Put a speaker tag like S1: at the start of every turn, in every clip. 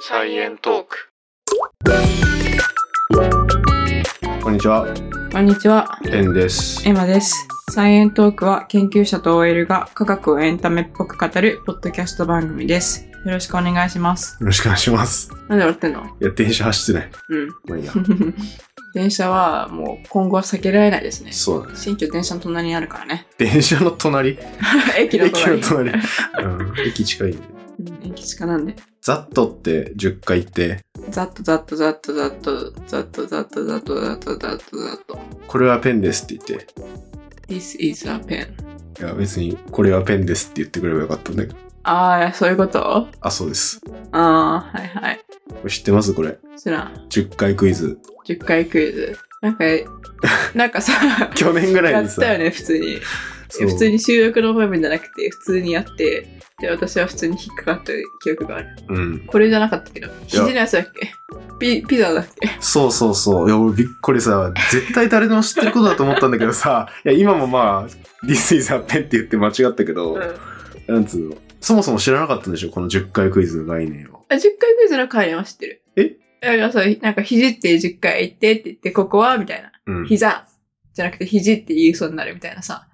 S1: サイエントーク。
S2: こんにちは、
S3: こんにちは、
S2: エンです。
S3: エマです。サイエントークは研究者と OL が科学をエンタメっぽく語るポッドキャスト番組です。よろしくお願いします。
S2: よろしくお願いします。
S3: なんで笑ってんの
S2: いや、電車走ってない。
S3: う
S2: まあい いや。
S3: ん。電車はもう今後は避けられないですね。
S2: そうなんです。
S3: 新居電車の隣にあるから ね。
S2: 電車の隣
S3: 駅の隣
S2: 駅の隣。うん、駅近いんで。
S3: うん駅近なんで。
S2: ざっとって10回言って、
S3: ざっとざっとざっとざっとざっとざっとざっとざっとざっとざっと。
S2: これはペンですって言っ
S3: This is a pen.
S2: て、いや、別にこれはペンですって言ってくればよかったんだけど。
S3: ああ、そういうこと
S2: あ、そうです。
S3: ああー、はいはい。
S2: これ知ってますこれ。
S3: 知らん。
S2: 10回クイズ。
S3: 10回クイズ。なん か、なんかさ、
S2: 去年ぐらい
S3: や
S2: に
S3: っ
S2: さ、
S3: たよね、普通に。
S2: そう
S3: 普通に収録の場面じゃなくて、普通にやって、で、私は普通に引っかかった記憶がある。
S2: うん。
S3: これじゃなかったけど、肘のやつだっけピピザだっけ
S2: そうそうそう。いや、俺びっくりさ、絶対誰でも知ってることだと思ったんだけどさ、いや、今もまあ、This is a pen って言って間違ったけど、
S3: うん。あ、
S2: なんつうの。そもそも知らなかったんでしょこの10回クイズの概念を。
S3: 10回クイズの回には知ってる。
S2: え
S3: だからそう、なんか肘って10回言ってって言って、ここはみたいな。
S2: うん。
S3: 膝じゃなくて肘って言いそうになるみたいなさ。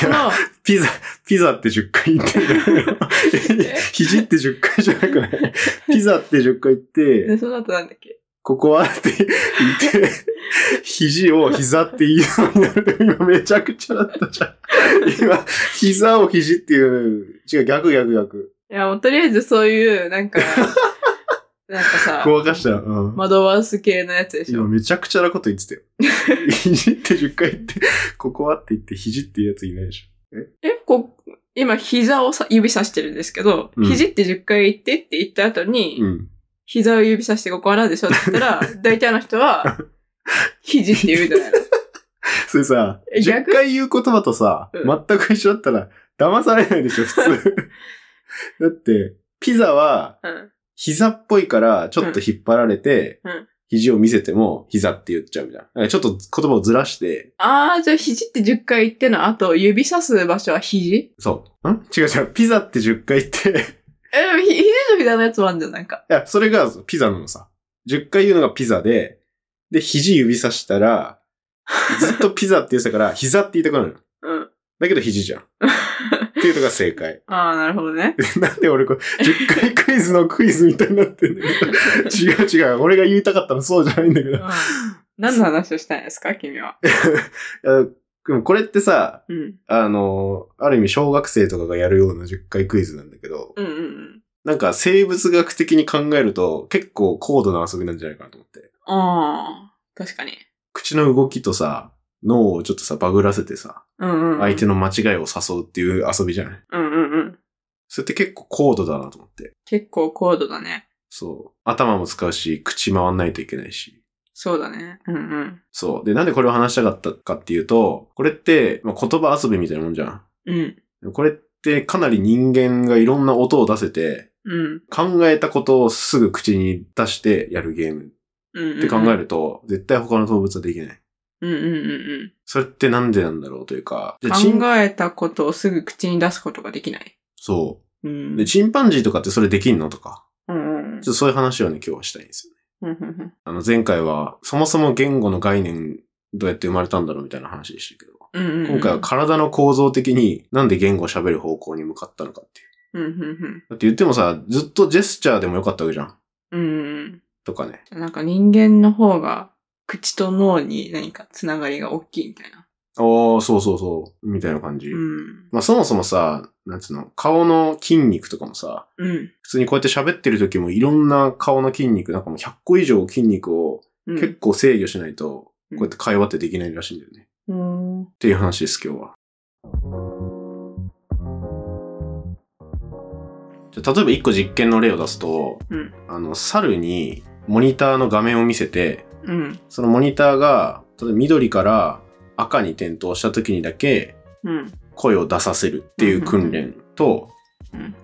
S3: そ の、
S2: ピザ、ピザって10回言ってるん だよ。肘って10回じゃなくないピザって10回言っ
S3: で
S2: て、
S3: その後なんだっけ
S2: ここはって言って、肘を膝って言いそうになる。今めちゃくちゃだったじゃん。今、膝を肘っていう、違う、逆逆逆。
S3: いや、もうとりあえずそういう、なん か、なんかさ、
S2: ごまかしたら。うん。
S3: 窓ワース系のやつでし
S2: 今
S3: ょ。
S2: めちゃくちゃなこと言ってたよ。肘って10回言って、ここはって言って肘っていうやついないでしょ。
S3: え、こう、今膝をさ指さしてるんですけど、
S2: うん
S3: 肘って10回言ってって言った後に、
S2: うん。
S3: 膝を指さしてここは何でしょうって言っ たら、大体の人は、肘って言うんじゃないの
S2: それさ、
S3: え
S2: 10
S3: 逆
S2: 回言う言葉とさ、
S3: うん
S2: 全く一緒だったら、騙されないでしょ、普通。だって、ピザは、
S3: うん。
S2: 膝っぽいから、ちょっと引っ張られて、
S3: うんうん
S2: 肘を見せても、膝って言っちゃうみたいなだから。ちょっと言葉をずらして、
S3: あー、じゃあ肘って10回言っての後、指さす場所は肘
S2: そう。ん違う違う。ピザって10回言って、
S3: え、
S2: い
S3: でもひ肘と膝のやつもあるんじゃん、なんか。
S2: や、それがピザなのさ。10回言うのがピザで、で、肘指さしたら、ずっとピザって言ってたから、膝って言いたくなるの。
S3: うん。
S2: だけど肘じゃん。っていうのが正解。
S3: あー、なるほどね。
S2: なんで俺これ、10回クイズのクイズみたいになってんだけど。違う違う。俺が言いたかったのそうじゃないんだけ
S3: う
S2: ど。
S3: ん。何の話をしたいんですか、君は。
S2: いやでもこれってさ、
S3: うん。
S2: あの、ある意味小学生とかがやるような10回クイズなんだけど、
S3: うんうんうん。
S2: なんか生物学的に考えると結構高度な遊びなんじゃないかなと思って。
S3: あー、確かに。
S2: 口の動きとさ、脳をちょっとさ、バグらせてさ、
S3: うんうんうん。
S2: 相手の間違いを誘うっていう遊びじゃない
S3: うんうんうん。
S2: それって結構高度だなと思って。
S3: 結構高度だね。
S2: そう。頭も使うし、口回んないといけないし。
S3: そうだね。うんうん。
S2: そう。で、なんでこれを話したかったかっていうと、これって、まあ、言葉遊びみたいなもんじゃ
S3: うん。
S2: ん。これってかなり人間がいろんな音を出せて、
S3: うん。
S2: 考えたことをすぐ口に出してやるゲーム
S3: うん。
S2: って考えると、絶対他の動物はできない。
S3: うんうんうん
S2: それってなんでなんだろうというか、でチ
S3: うん。
S2: ン
S3: 考えたことをすぐ口に出すことができない。
S2: そうう。
S3: ん。
S2: で、チンパンジーとかってそれできんのとか、
S3: うんうん
S2: ちょっとそういう話をね、今日はしたいんですよね。
S3: うんうん
S2: あの、前回は、そもそも言語の概念、どうやって生まれたんだろうみたいな話でしたけど、
S3: うんうんうん。
S2: 今回は体の構造的になんで言語を喋る方向に向かったのかっていう。
S3: うんうん
S2: だって言ってもさ、ずっとジェスチャーでもよかったわけじゃん。
S3: うん。うんうん
S2: とかね。
S3: なんか人間の方が口と脳に何かつながりが大きいみたいな。
S2: ああ、そうそうそう。みたいな感じ。
S3: うん。
S2: まあそもそもさ、なんつうの、顔の筋肉とかもさ、
S3: うん。
S2: 普通にこうやって喋ってる時もいろんな顔の筋肉、なんかもう100個以上筋肉を
S3: うん
S2: 結構制御しないと、
S3: うん
S2: こうやって会話ってできないらしいんだよね。
S3: うん
S2: っていう話です、今日は。じゃあ例えば一個実験の例を出すと、
S3: うん
S2: あの、猿にモニターの画面を見せて、
S3: うん。
S2: そのモニターが、例えば緑から赤に点灯した時にだけ
S3: うん。
S2: 声を出させるっていう訓練と、
S3: うん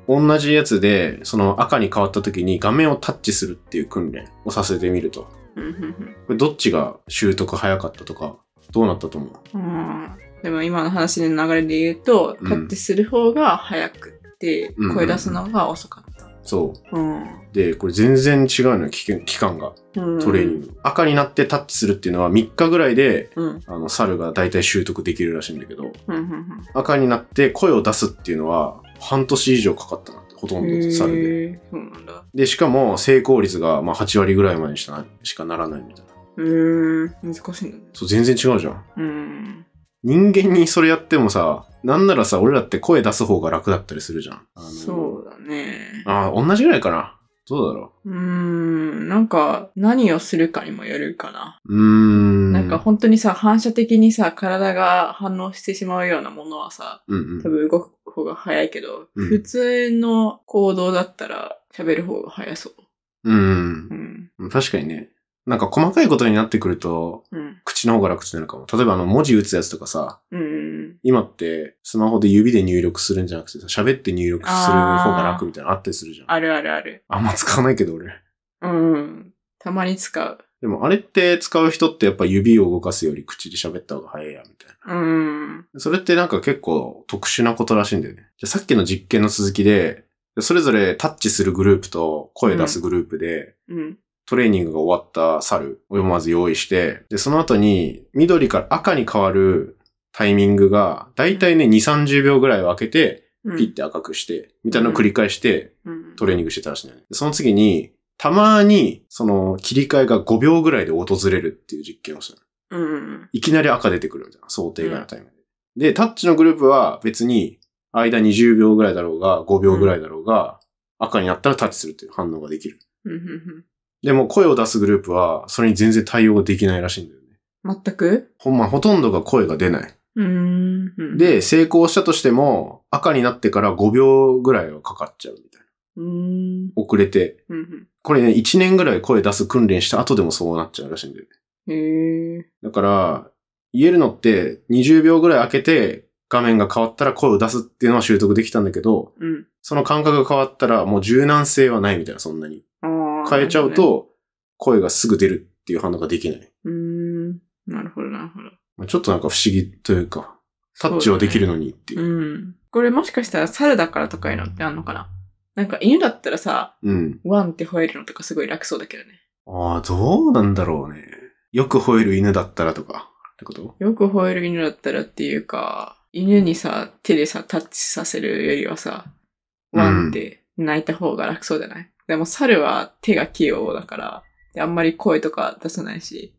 S2: 同じやつで、その赤に変わった時に画面をタッチするっていう訓練をさせてみると。こ
S3: うんうん
S2: れどっちが習得早かったとか、どうなったと思う
S3: うん。うんでも今の話の流れで言うと、
S2: うん
S3: タッチする方が早くって
S2: うんうん、
S3: 声出すのが遅かった。
S2: そうう。で、これ全然違うのよ、期間期間が。
S3: ん。
S2: トレーニング。赤になってタッチするっていうのは3日ぐらいで、
S3: うん。うん。
S2: あの、猿が大体習得できるらしいんだけど、
S3: うんうん。
S2: 赤になって声を出すっていうのは、半年以上かかったなって、ほとんど猿で。
S3: へーそうなんだ。
S2: で、しかも成功率がまあ8割ぐらいまでしかしかならないみたいな。
S3: うーん。難しいんだね。
S2: そう、全然違うじゃん。
S3: うん。
S2: 人間にそれやってもさ、なんならさ、俺らって声出す方が楽だったりするじゃん。あの
S3: そうだね。
S2: ああ、同じぐらいかな。どうだろ
S3: うーん。なんか、何をするかにもよるかな。
S2: う。うーん。
S3: なんか、本当にさ、反射的にさ、体が反応してしまうようなものはさ、
S2: うんうん
S3: 多。分動く方が早いけど、
S2: うん
S3: 普通の行動だったら喋る方が早そう。
S2: うん
S3: う、ん。
S2: うん。確かにね。なんか細かいことになってくると、
S3: うん。
S2: 口の方が楽ってなるかも。例えばあの文字打つやつとかさ、
S3: うん。
S2: 今ってスマホで指で入力するんじゃなくてさ、喋って入力する方が楽みたいなのあったりするじゃん。
S3: あるあるある。
S2: あんま使わないけど俺。
S3: うん。たまに使う。
S2: でもあれって使う人ってやっぱ指を動かすより口で喋った方が早いや、みたい
S3: うん。
S2: な。それってなんか結構特殊なことらしいんだよね。じゃあさっきの実験の続きで、それぞれタッチするグループと声出すグループで、
S3: うん。
S2: トレーニングが終わった猿をまず用意して、で、その後に緑から赤に変わるタイミングが、だいたいね、2、30秒ぐらいを空けて、
S3: うん
S2: ピッて赤くして、みたいなのを繰り返して
S3: うん
S2: トレーニングしてたらしいんだよね。でその次に、たまに、その、切り替えが5秒ぐらいで訪れるっていう実験をしたの。
S3: うん。
S2: いきなり赤出てくるみたいな、想定外のタイムで。で、タッチのグループは別に、間20秒ぐらいだろうが、5秒ぐらいだろうが、赤になったらタッチするっていう反応ができる。
S3: うん。
S2: でも声を出すグループは、それに全然対応できないらしいんだよね。
S3: 全く
S2: ほんま、ほとんどが声が出ない。
S3: うん。、
S2: で、成功したとしても、赤になってから5秒ぐらいはかかっちゃうみたいな。
S3: うん。
S2: 遅れて。
S3: うん。
S2: これね、1年ぐらい声出す訓練した後でもそうなっちゃうらしいんだよね。
S3: へえ。
S2: だから、言えるのって、20秒ぐらい開けて、画面が変わったら声を出すっていうのは習得できたんだけど、
S3: うん。
S2: その感覚が変わったら、もう柔軟性はないみたいな、そんなに。
S3: ああ。
S2: 変えちゃう。と、声がすぐ出るっていう反応ができない。
S3: うん。なるほど、なるほど。
S2: まあちょっとなんか不思議というか、タッチはできるのにっていうう。
S3: ん。これもしかしたら猿だからとかいうのってあんのかななんか犬だったらさ、
S2: うん。
S3: ワンって吠えるのとかすごい楽そうだけどね。
S2: ああ、どうなんだろうね。よく吠える犬だったらとか、ってこと
S3: よく吠える犬だったらっていうか、犬にさ、手でさ、タッチさせるよりはさ、ワンって泣いた方が楽そうじゃない、でも猿は手が器用だから、であんまり声とか出さないし、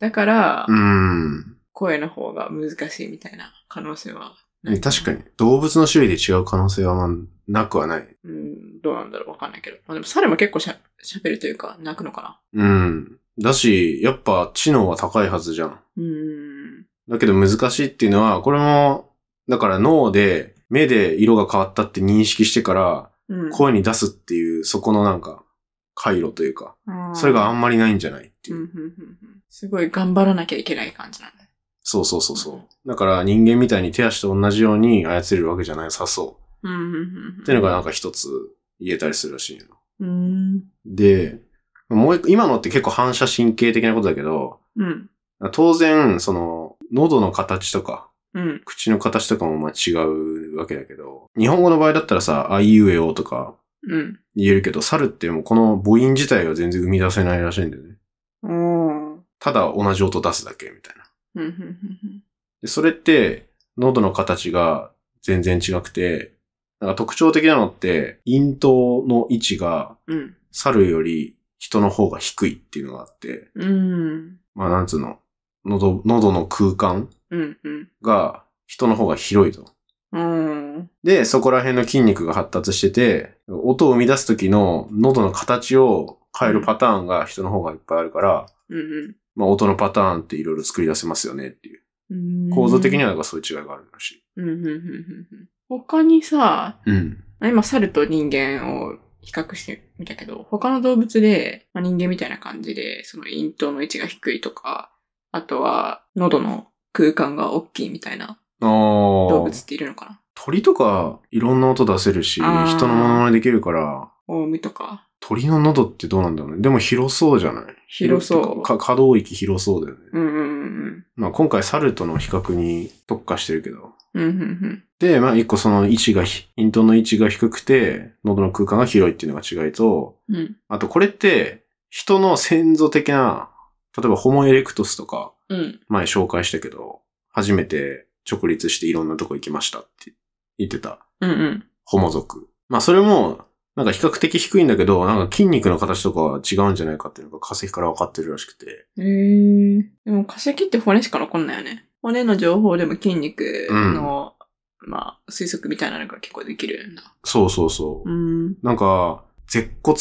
S3: だから
S2: う、ん。
S3: 声の方が難しいみたいな可能性はない。
S2: 確かに、動物の種類で違う可能性はまあなくはない。
S3: うん、どうなんだろうわかんないけど。まあでも猿も結構しゃ喋るというか、泣くのか
S2: うん。だし、やっぱ知能は高いはずじゃん。
S3: なうん。
S2: だけど難しいっていうのは、これも、だから脳で、目で色が変わったって認識してから、
S3: うん。
S2: 声に出すっていう、そこのなんか、回路というか、
S3: あー
S2: それがあんまりないんじゃないっていうう。
S3: んうんうんうんすごい頑張らなきゃいけない感じなんだ。
S2: そうそうそうそう。だから人間みたいに手足と同じように操れるわけじゃないさそ
S3: うんうん
S2: う。っていうのがなんか一つ言えたりするらしいよ。
S3: うんうん。
S2: で、もう一個、今のって結構反射神経的なことだけど、
S3: うん。うん。
S2: 当然、その、喉の形とか、
S3: うん。
S2: 口の形とかもまあ違うわけだけど、日本語の場合だったらさ、あいうえおとか
S3: うん。
S2: 言えるけど、猿ってもうこの母音自体は全然生み出せないらしいんだよね。
S3: おー
S2: ただ同じ音出すだけみたいな。
S3: うんうん
S2: で、それって、喉の形が全然違くて、なんか特徴的なのって、咽頭の位置が
S3: うんうん。
S2: 猿より人の方が低いっていうのがあって、
S3: うん。
S2: まあなんつうの、喉、喉の空間
S3: うん。うん。
S2: が人の方が広いと。
S3: うん。
S2: で、そこら辺の筋肉が発達してて、音を生み出す時の喉の形を変えるパターンが人の方がいっぱいあるから、
S3: うん。
S2: まあ音のパターンっていろいろ作り出せますよねっていう。
S3: うん。
S2: 構造的にはなんかそういう違いがあるらしい。
S3: うん。うん。うんうんうん。他にさ、
S2: うん。
S3: 今、猿と人間を比較してみたけど、他の動物で、まあ、人間みたいな感じで、その咽頭の位置が低いとか、あとは、喉の空間が大きいみたいな
S2: ああ。
S3: 動物っているのかな
S2: 鳥とかいろんな音出せるし、
S3: あー
S2: 人のものまねできるから、
S3: オウムとか。
S2: 鳥の喉ってどうなんだろうね。でも広そうじゃない
S3: 広そう
S2: か可動域広そうだよね。
S3: うんうん
S2: まあ今回猿との比較に特化してるけど。
S3: うん。うんうん
S2: で、まあ一個その位置がひ、咽頭の位置が低くて、喉の空間が広いっていうのが違いと、
S3: うん。うん。
S2: あとこれって人の先祖的な、例えばホモエレクトスとか、
S3: うん。
S2: 前紹介したけど、初めて直立していろんなとこ行きましたって言ってた。
S3: うんうん。
S2: ホモ族。まあそれも、なんか比較的低いんだけど、なんか筋肉の形とかは違うんじゃないかっていうのが化石から分かってるらしくて。
S3: えー、でも化石って骨しか残んないよね。骨の情報でも筋肉の、まあ、推測みたいなのが結構できるんだ。
S2: そうそうそう。
S3: うん。
S2: なんか、舌骨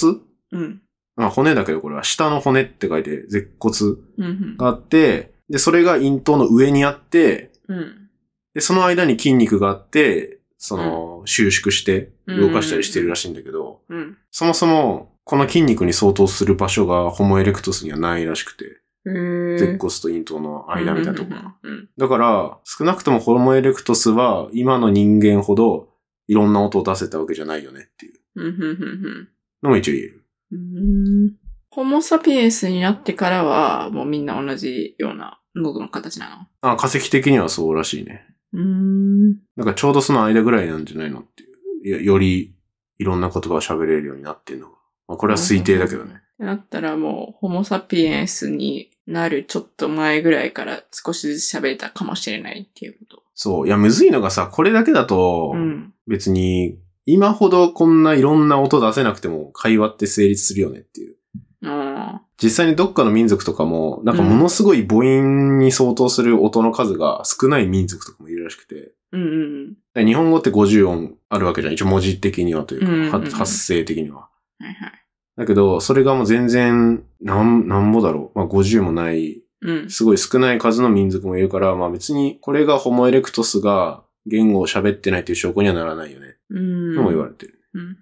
S3: うん。
S2: まあ骨だけどこれは下の骨って書いて、舌骨
S3: うん。
S2: があって、で、それが咽頭の上にあって、
S3: うん。
S2: で、その間に筋肉があって、その、収縮して動かしたりしてるらしいんだけど、
S3: うん。
S2: そもそも、この筋肉に相当する場所がホモエレクトスにはないらしくて、
S3: え
S2: 舌
S3: ー。
S2: 骨と咽頭の間みたいなとこが。
S3: うん。
S2: だから、少なくともホモエレクトスは今の人間ほどいろんな音を出せたわけじゃないよねっていう
S3: うん。うん。うん。
S2: のも一応言える。
S3: うん。ホモサピエンスになってからは、もうみんな同じような喉の形な
S2: あ、化石的にはそうらしいね。
S3: のうん。
S2: なんかちょうどその間ぐらいなんじゃないのっていう。いやよりいろんな言葉を喋れるようになってんのが。まあこれは推定だけどね。
S3: なったらもう、ホモサピエンスになるちょっと前ぐらいから少しずつ喋れたかもしれないっていうこと。
S2: そう。いや、むずいのがさ、これだけだと
S3: う、ん。
S2: 別に今ほどこんないろんな音出せなくても会話って成立するよねっていう。
S3: あ
S2: 実際にどっかの民族とかも、なんかものすごい母音に相当する音の数が少ない民族とかもいるらしくて、
S3: ーうんうん
S2: で日本語って50音あるわけじゃん。一応文字的にはというか、
S3: うんうんうん
S2: は発声的には。
S3: うん。はいはい。
S2: だけど、それがもう全然、なん、なんぼだろう。まあ50もない、
S3: うん。
S2: すごい少ない数の民族もいるから、まあ別にこれがホモエレクトスが言語を喋ってないという証拠にはならないよね。
S3: うん。
S2: とも言われてる。
S3: うん。うん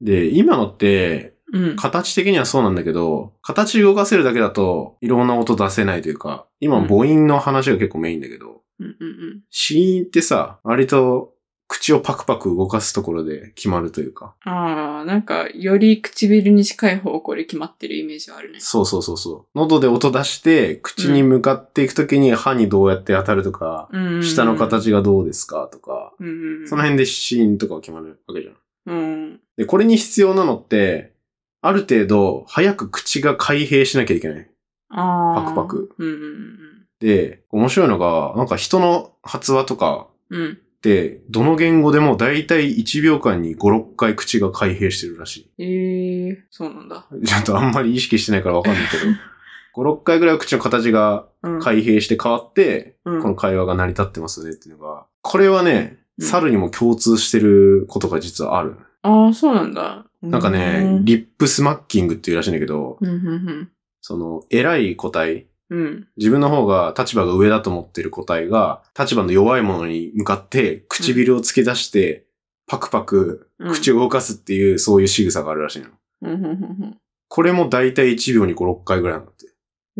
S2: で、今のって、
S3: うん。うん。
S2: 形的にはそうなんだけど、形動かせるだけだと、いろんな音出せないというか、今
S3: うん
S2: 母音の話が結構メインだけど、
S3: うんうん
S2: 子音ってさ、割と口をパクパク動かすところで決まるというか、
S3: うん。ああ、なんか、より唇に近い方向で決まってるイメージはあるね。
S2: そうそうそうそう。喉で音出して、口に向かっていくときに歯にどうやって当たるとか、
S3: うん。
S2: 舌の。形がどうですかとか、
S3: うんうんうん。
S2: その辺で子音とかは決まるわけじゃん。
S3: うん。
S2: で、これに必要なのって、ある程度、早く口が開閉しなきゃいけない。
S3: ああ。
S2: パクパク。
S3: うんうん
S2: で、面白いのが、なんか人の発話とか
S3: うん。うん。
S2: って、どの言語でもだいたい1秒間に5、6回口が開閉してるらし
S3: ええー、そうなんだ。
S2: い。ちょっとあんまり意識してないからわかんない けど、5、6回ぐらいは口の形が
S3: うん。
S2: 開閉して変わって、
S3: うん
S2: この会話が成り立ってますよねっていうのが、これは
S3: う
S2: ね、
S3: ん
S2: 猿にも共通してることが実はある。
S3: ああ、そうなんだ。
S2: なんかね、
S3: うん
S2: リップスマッキングっていうらしいんだけど、
S3: うんうん
S2: その、偉い個体、
S3: うん。うん。
S2: 自分の方が立場が上だと思ってる個体が、立場の弱いものに向かって、唇を突き出して、パクパク、
S3: うん
S2: 口を動かすっていう、そういう仕草があるらしいの。
S3: うんうんうん
S2: これも大体1秒に5、6回ぐらいなんだって。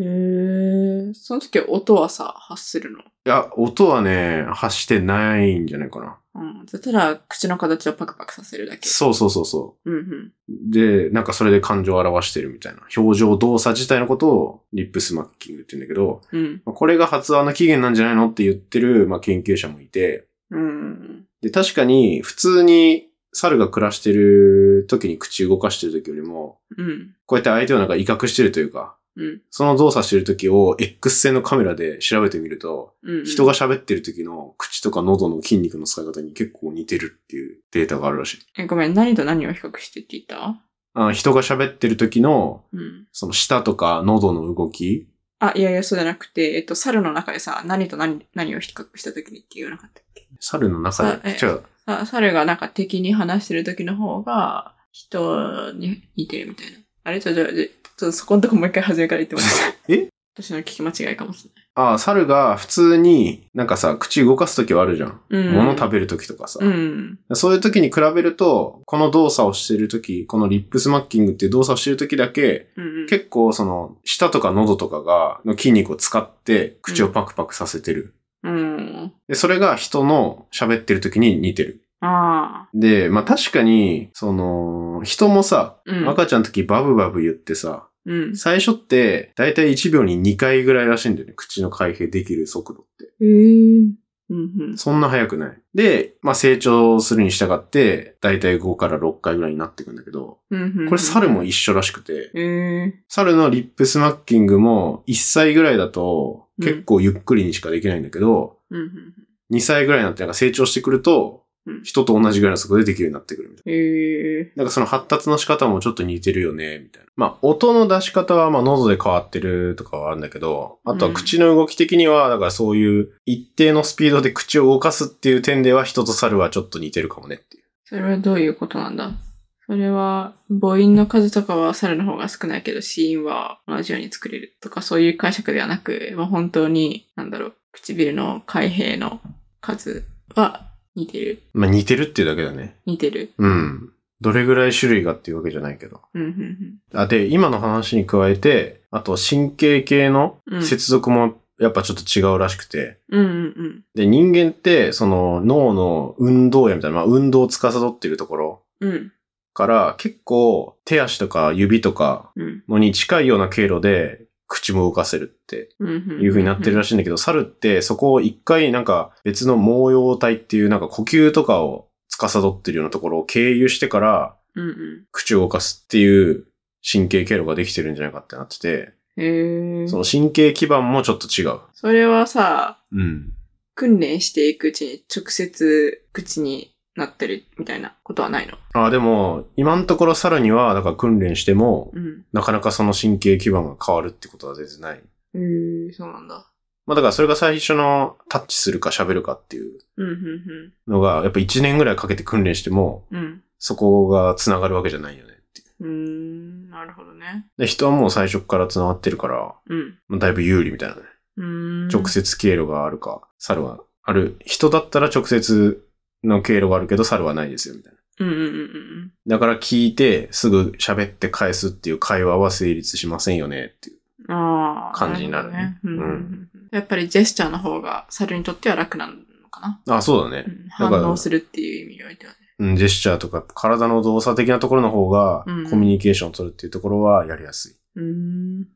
S2: い
S3: うん。へえ、その時は音はさ、発するの。
S2: や、音はね、発してないんじゃないかな。
S3: うん。だったら、口の形をパクパクさせるだけ。。
S2: そうそうそうそう
S3: うん
S2: う。で、なんかそれで感情を表してるみたいな。表情動作自体のことをリップスマッキングって言うんだけど、
S3: うん。うん。
S2: まあこれが発話の起源なんじゃないのって言ってる、まあ、研究者もいて、
S3: うん。
S2: で、確かに、普通に猿が暮らしてる時に口動かしてる時よりも、
S3: うん。
S2: こうやって相手をなんか威嚇してるというか、
S3: うん
S2: その動作してる時を X 線のカメラで調べてみると、
S3: うん。
S2: 人が。喋ってる時の口とか喉の筋肉の使い方に結構似てるっていうデータがあるらしい。
S3: え、ごめん、何と何を比較してって言った
S2: あ人が喋ってる時の、
S3: うん。
S2: その舌とか喉の動き、
S3: あ、いやいや、そうじゃなくて、えっと、猿の中でさ、何と何、何を比較した時にって言わなかったっけ
S2: 猿の中で、違
S3: さ
S2: う。
S3: さ猿がなんか敵に話してる時の方が、人に似てるみたいな。あれちょ、ちょ、ちょ、ちょっとそこんとこもう一回初めから言ってもらって。
S2: え
S3: 私の聞き間違いかもし
S2: あ猿が普通になんかさ、口動かす時はあるじゃん。
S3: れない。うん。
S2: 物食べる時とかさ。
S3: うん。
S2: そういう時に比べると、この動作をしてる時、このリップスマッキングっていう動作をしてる時だけ、
S3: うん。
S2: 結構その、舌とか喉とかが、の筋肉を使って、口をパクパクさせてる。
S3: うん。
S2: で、それが人の喋ってる時に似てる。
S3: ああ。
S2: で、まあ確かに、その、人もさ、
S3: うん。
S2: 赤ちゃんの時バブバブ言ってさ、
S3: うん。
S2: 最初って、だいたい1秒に2回ぐらいらしいんだよね。口の開閉できる速度って。
S3: ええうんうん。
S2: そんな早くない。で、まあ成長するに従って、だいたい5から6回ぐらいになっていくんだけど、
S3: うんうんうん
S2: これ猿も一緒らしくて、
S3: ええ
S2: 猿のリップスマッキングも1歳ぐらいだと結構ゆっくりにしかできないんだけど、
S3: うんうんうん。
S2: 2歳ぐらいになってなんか成長してくると
S3: うん、
S2: 人と同じぐらいの速度でできるようになってくるみたいな。
S3: ええ
S2: なんかその発達の仕方もちょっと似てるよね、みたいな。まあ、音の出し方は、まあ、喉で変わってるとかはあるんだけど、あとは口の動き的には、だからそういう一定のスピードで口を動かすっていう点では、人と猿はちょっと似てるかもねっていう。
S3: それはどういうことなんだそれは、母音の数とかは猿の方が少ないけど、子音は同じように作れるとか、そういう解釈ではなく、もう本当に、なんだろう、唇の開閉の数は似てる。
S2: まあ、似てるっていうだけだね。
S3: 似てる。
S2: うん。どれぐらい種類がっていうわけじゃないけど。
S3: うん、うん、
S2: あ、で、今の話に加えて、あと神経系の
S3: うん
S2: 接続もやっぱちょっと違うらしくて、
S3: うん。うん、うん、うん。
S2: で、人間って、その脳の運動やみたいな、まあ、運動を司っているところ
S3: うん、
S2: から結構手足とか指とか
S3: うん。
S2: のに近いような経路で口も動かせるって
S3: うんんん
S2: いう風になってるらしいんだけど、猿ってそこを一回なんか別の毛様体っていうなんか呼吸とかを司ってるようなところを経由してから
S3: うん、うん。
S2: 口を動かすっていう神経経路ができてるんじゃないかってなってて、
S3: へえ
S2: その神経基盤もちょっと違う。
S3: それはさ、
S2: うん。
S3: 訓練していくうちに直接口になってるみたいなことはないの
S2: ああ、でも今のところ猿にはだから訓練しても
S3: うん。
S2: なかなかその神経基盤が変わるってことは全然ない。
S3: へえそうなんだ。
S2: まあだからそれが最初のタッチするか喋るかっていう
S3: うん、うん、
S2: のが、やっぱ1年ぐらいかけて訓練しても、
S3: うん。うん。
S2: そこが繋がるわけじゃないよねって
S3: ー
S2: いう
S3: ん、なるほどね。
S2: う。で、人はもう最初から繋がってるから、
S3: うん。
S2: まあ、だいぶ有利みたいなね。
S3: うーん。
S2: 直。接経路があるか、猿はある。人だったら直接の経路があるけど、猿はないですよみたいな。
S3: うんうんうん
S2: だから聞いて、すぐ喋って返すっていう会話は成立しませんよねっていう。
S3: うん。ああ。
S2: 感じになるね
S3: ほどうん
S2: う
S3: うんんうん。やっぱりジェスチャーの方が猿にとっては楽なのかな。
S2: あ、そうだね
S3: う。ん、
S2: だ
S3: 反
S2: から
S3: 応するっていう意味においてはね。
S2: うん、ジェスチャーとか体の動作的なところの方が
S3: うん、
S2: コミュニケーションを取るっていうところはやりやすい。
S3: うーん。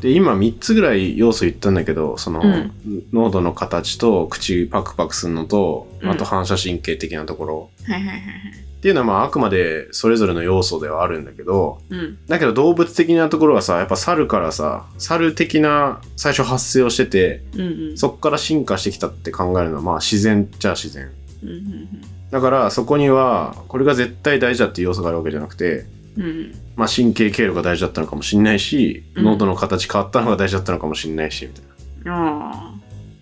S2: で、今3つぐらい要素言ったんだけど、その、
S3: うん
S2: 喉の形と口パクパクするのと、
S3: うん
S2: あと反射神経的なところ。
S3: はいはいはいはい。
S2: っていうのはまああくまでそれぞれの要素ではあるんだけど、
S3: うん。
S2: だけど動物的なところはさ、やっぱ猿からさ、猿的な最初発生をしてて、
S3: うんうん。
S2: そっから進化してきたって考えるのはまあ自然っちゃ自然。
S3: うんうん
S2: だからそこには、これが絶対大事だっていう要素があるわけじゃなくて、
S3: うん。うん
S2: まあ神経経路が大事だったのかもしんないし、
S3: うん
S2: 喉の形変わったのが大事だったのかもしんないし、みたいな。
S3: うん。ああ。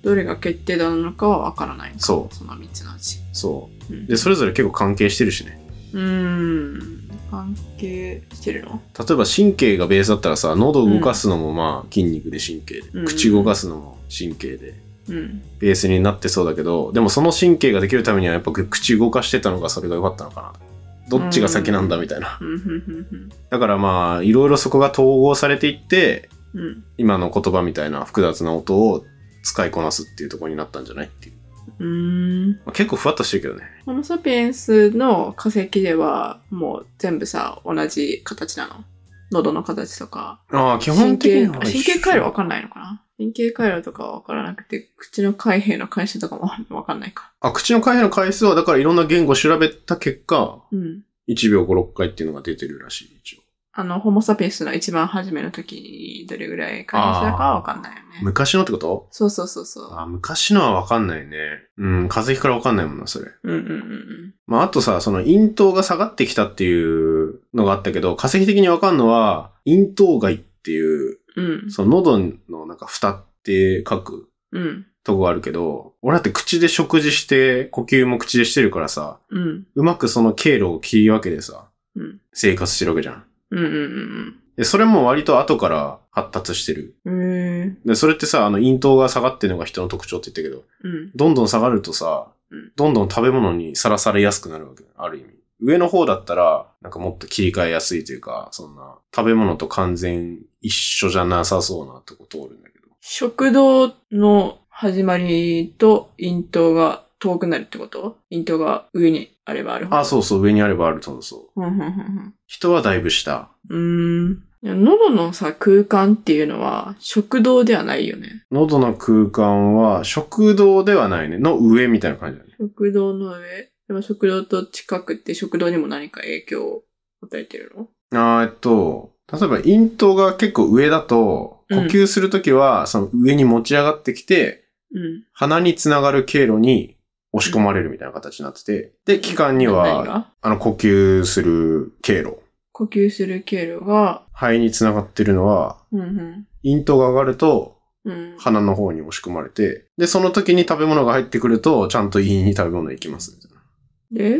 S3: どれが決定打なのかはわからない。。
S2: そう
S3: その3つのうち。
S2: そう。
S3: うん
S2: で、それぞれ結構関係してるしね。
S3: うーん。関係してるの
S2: 例えば神経がベースだったらさ、喉を動かすのもまあ筋肉で神経で、
S3: うん
S2: 口動かすのも神経で、
S3: うん。
S2: ベースになってそうだけど、でもその神経ができるためにはやっぱ口動かしてたのがそれが良かったのかな。どっちが先なんだみたいな。
S3: うんうんうん
S2: だからまあ、いろいろそこが統合されていって、
S3: うん。うん。
S2: 今の言葉みたいな複雑な音を使いこなすっていうところになったんじゃないっていう。
S3: うーん。
S2: まあ、結構ふわっとしてるけどね。
S3: ホモ・サピエンスの化石ではもう全部さ同じ形なの喉の形とか
S2: ああ、基
S3: 神
S2: 本的に
S3: 経
S2: は
S3: あ神経回路わかんないのかな神経回路とかはわからなくて口の開閉の回数とかもわかんないか
S2: あ、口の開閉の回数はだからいろんな言語を調べた結果、
S3: うん
S2: 1秒5、6回っていうのが出てるらしい、一応。
S3: あのホモ・サピエンスの一番初めの時にどれぐらい回避したかはわかんないよね
S2: 昔のってこと
S3: そうそうそうそう
S2: あ、昔のはわかんないね。うん、風邪からわかんないもんな、それ。
S3: うんうんうん
S2: まあ、あとさ、その、咽頭が下がってきたっていうのがあったけど、化石的にわかんのは、咽頭蓋っていう、
S3: うん
S2: その喉のなんか蓋って書く
S3: うん
S2: とこがあるけど、俺だって口で食事して、呼吸も口でしてるからさ、
S3: うん
S2: うまくその経路を切り分けてさ、
S3: うん
S2: 生活してるわけじゃん。
S3: うんうん
S2: で、それも割と後から発達してる。
S3: うんうんへえ
S2: で、それってさ、あの、咽頭が下がってるのが人の特徴って言ったけど、
S3: うん
S2: どんどん下がるとさ
S3: うん、
S2: どんどん食べ物にさらされやすくなるわけ。ある意味。上の方だったら、なんかもっと切り替えやすいというか、そんな、食べ物と完全一緒じゃなさそうなとこ通るんだけど。
S3: 食道の始まりと咽頭が遠くなるってこと咽頭が上にあればあるほど。
S2: あ、そうそう、上にあればある、そうそう。
S3: うんうんうん
S2: 人はだいぶ下。
S3: うん。うーん。いや喉のさ、空間っていうのは食道ではないよね。
S2: 喉の空間は食道ではないね。の上みたいな感じだね。
S3: 食道の上。でも食道と近くって食道にも何か影響を与えてるの
S2: あーえっと、例えば、咽頭が結構上だと、呼吸するときは、その上に持ち上がってきて、
S3: うん。
S2: 鼻につながる経路に押し込まれるみたいな形になってて、で、気管に
S3: 何
S2: は、
S3: が
S2: あの、呼吸する経路、
S3: 呼吸する経路が、
S2: 肺につながってるのは、
S3: うんうん。
S2: 咽頭が上がると、
S3: うん、
S2: 鼻の方に押し込まれて、で、その時に食べ物が入ってくると、ちゃんと胃に食べ物行きますみたいな。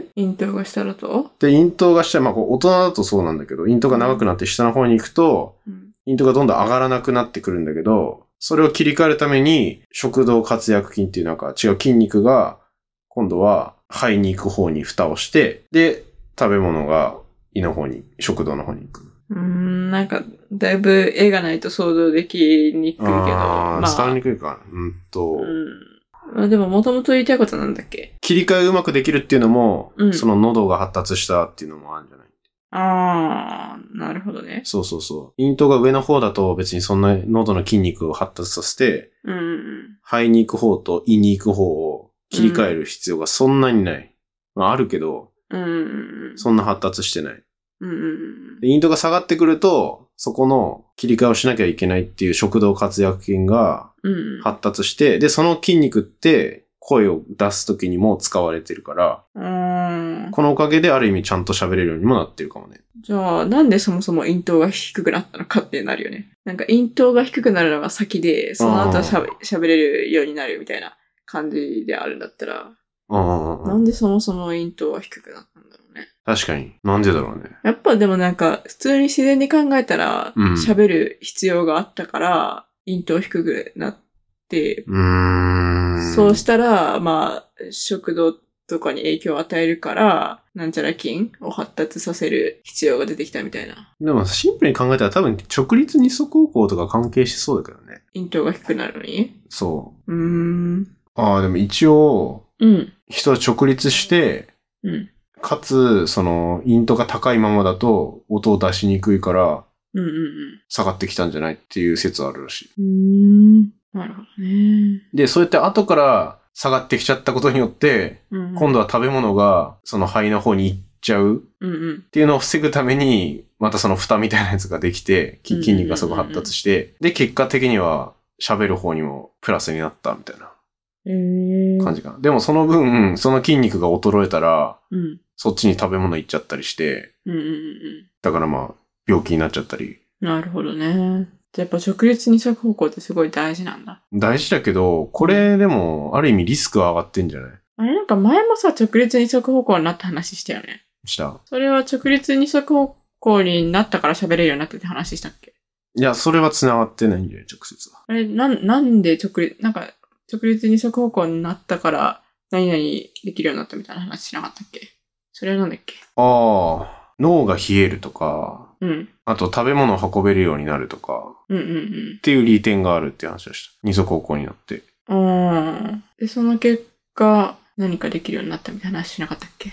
S3: で、咽頭が下だと、
S2: で、咽頭が下、まあ、こう大人だとそうなんだけど、咽頭が長くなって下の方に行くと、
S3: うん、
S2: 咽頭がどんどん上がらなくなってくるんだけど、それを切り替えるために、食道活躍筋っていうなんか違う筋肉が、今度は肺に行く方に蓋をして、で、食べ物が胃の方に、食道の方に行く。
S3: うーん、なんか、だいぶ絵がないと想像できにくいけど、
S2: あー、
S3: まあ、
S2: 伝わりにくいか。うん
S3: うん。
S2: と、
S3: まあでも、もともと言いたいことなんだっけ
S2: 切り替えうまくできるっていうのも、
S3: うん
S2: その喉が発達したっていうのもあるんじゃない
S3: ああ、なるほどね。
S2: そうそうそう。咽頭が上の方だと別にそんな喉の筋肉を発達させて、
S3: うんうん。
S2: 肺に行く方と胃に行く方を切り替える必要がそんなにない。まああるけど、
S3: うんうんうん。
S2: そんな発達してない。
S3: うんうんうん
S2: で咽頭が下がってくると、そこの切り替えをしなきゃいけないっていう食道活躍筋が
S3: うんうん。
S2: 発達して、で、その筋肉って声を出す時にも使われてるから、
S3: うーん。
S2: このおかげである意味ちゃんと喋れるようにもなってるかもね。
S3: じゃあ、なんでそもそも咽頭が低くなったのかってなるよね。なんか咽頭が低くなるのが先で、その後しゃべ喋れるようになるみたいな感じであるんだったら、
S2: うんうん
S3: な
S2: うん。
S3: んでそもそも咽頭が低くなったんだろうね。
S2: 確かに。なんでだろうね。
S3: やっぱでもなんか、普通に自然に考えたら、
S2: うん
S3: 喋る必要があったから、咽頭低くなって、
S2: うーん。
S3: そうしたら、まあ、食道とかに影響を与えるから、なんちゃら菌を発達させる必要が出てきたみたいな。
S2: でもシンプルに考えたら多分直立二足歩行とか関係しそうだけどね。
S3: 咽頭が低くなるのに。
S2: そう
S3: ーん。
S2: う。ああ、でも一応、
S3: うん。
S2: 人は直立して、
S3: うん。
S2: かつ、その、イントが高いままだと音を出しにくいから
S3: うんうん
S2: 下がってきたんじゃないっていう説あるらし
S3: うん。うーん。なるほどね。
S2: い。で、そうやって後から下がってきちゃったことによって、
S3: うん、
S2: 今度は食べ物がその肺の方に行っちゃう
S3: うんうん。
S2: っていうのを防ぐために、またその蓋みたいなやつができて、き筋肉がすごく発達して、で、結果的には喋る方にもプラスになったみたいな。
S3: えー
S2: 感じかな。でもその分、その筋肉が衰えたら、
S3: うん。
S2: そっちに食べ物行っちゃったりして、
S3: うんうんうんうん。
S2: だからまあ、病気になっちゃったり。
S3: なるほどね。じゃあやっぱ直立二足歩行ってすごい大事なんだ。
S2: 大事だけど、これでも、ある意味リスクは上がってんじゃない
S3: あれなんか前もさ、直立二足歩行になった話したよね。
S2: した。
S3: それは直立二足歩行になったから喋れるようになったって話したっけ
S2: いや、それは繋がってないんじゃない直接は。
S3: あれ、なん、なんで直立、なんか、直立二足歩行になったから、何々できるようになったみたいな話しなかったっけそれはなんだっけ
S2: ああ、脳が冷えるとか、
S3: うん。
S2: あと食べ物を運べるようになるとか、
S3: うんうん
S2: っていう利点があるっていう話をした。二足歩行になって。
S3: うん。うーん。で、その結果、何かできるようになったみたいな話しなかったっけ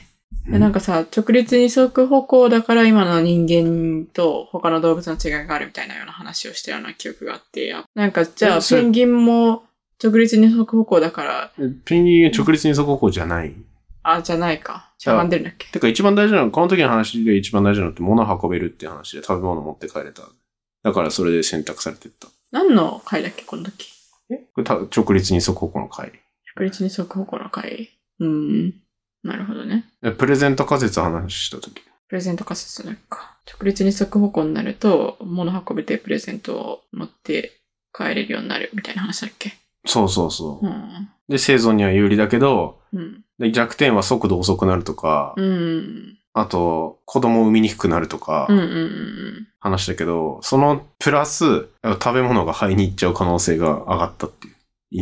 S2: う
S3: でなんかさ、直立二足歩行だから今の人間と他の動物の違いがあるみたいなような話をしたような記憶があって、あなんかじゃあ
S2: えそれ
S3: ペンギンも直立二足歩行だから、
S2: ペンギン直立二足歩行じゃない。
S3: あ、じゃないか。しゃがんでるんだっけ
S2: てか一番大事なの、この時の話が一番大事なのって物を運べるっていう話で食べ物を持って帰れた。だからそれで選択されてった。
S3: 何の回だっけこの時。
S2: これた直立二足歩行の回。
S3: 直立二足歩行の回。うん。なるほどね。
S2: えプレゼント仮説話した時。
S3: プレゼント仮説だっけか。直立二足歩行になると、物運べてプレゼントを持って帰れるようになるみたいな話だっけ
S2: そうそうそうう。
S3: ん。
S2: で、生存には有利だけど、
S3: うん。
S2: で弱点は速度遅くなるとか、
S3: うん。
S2: あと、子供を産みにくくなるとか
S3: うん。う、んうん。
S2: 話だけど、そのプラス、食べ物が肺に行っちゃう可能性が上がったっていう。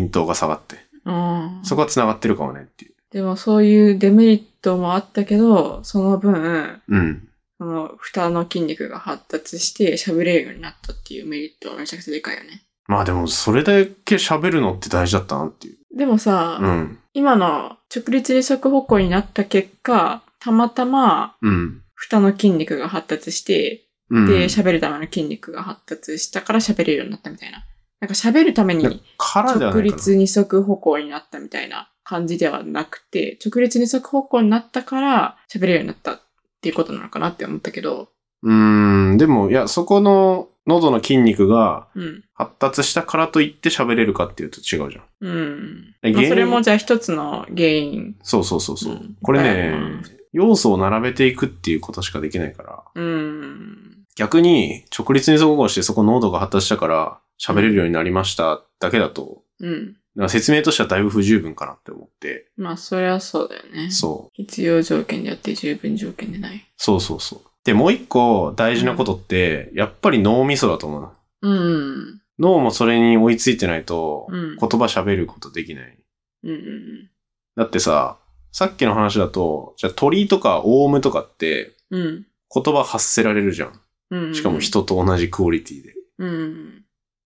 S2: 咽頭が下がって。
S3: ああ
S2: そこは繋がってるかもねっていう。
S3: でもそういうデメリットもあったけど、その分、
S2: うん。
S3: その蓋の筋肉が発達して喋れるようになったっていうメリットはめちゃくちゃでかいよね。
S2: まあでも、それだけ喋るのって大事だったなっていう。
S3: でもさ、
S2: うん。
S3: 今の直立離足歩行になった結果、たまたま
S2: うん。
S3: 蓋の筋肉が発達して、
S2: うん、
S3: で、喋るための筋肉が発達したから喋れるようになったみたいな。なんか喋るために
S2: からではな
S3: 直
S2: いかな。
S3: 立二足歩行になったみたいな感じではなくて、直立二足歩行になったから喋れるようになったっていうことなのかなって思ったけど、
S2: うーん。でも、いや、そこの喉の筋肉が
S3: うん。
S2: 発達したからといって喋れるかっていうと違うじゃん。
S3: うん。まあ、
S2: え原因
S3: それもじゃあ一つの原因。
S2: そうそうそうそう。
S3: うん
S2: これね
S3: うん、
S2: 要素を並べていくっていうことしかできないから。
S3: うん。
S2: 逆に、直立に走行してそこ喉が発達したから喋れるようになりましただけだと、
S3: うん。
S2: なんか説明としてはだいぶ不十分かなって思って。
S3: まあ、そりゃそうだよね。
S2: そう。
S3: 必要条件であって十分条件でない。
S2: そうそうそう。で、もう一個大事なことって、やっぱり脳みそだと思うな。
S3: うん。
S2: 脳もそれに追いついてないと、
S3: うん
S2: 言葉喋ることできない。
S3: うんうん
S2: だってさ、さっきの話だと、じゃあ鳥とかオウムとかって
S3: うん。うん
S2: 言葉発せられるじゃん。
S3: うんうん。
S2: しかも人と同じクオリティで。
S3: うん。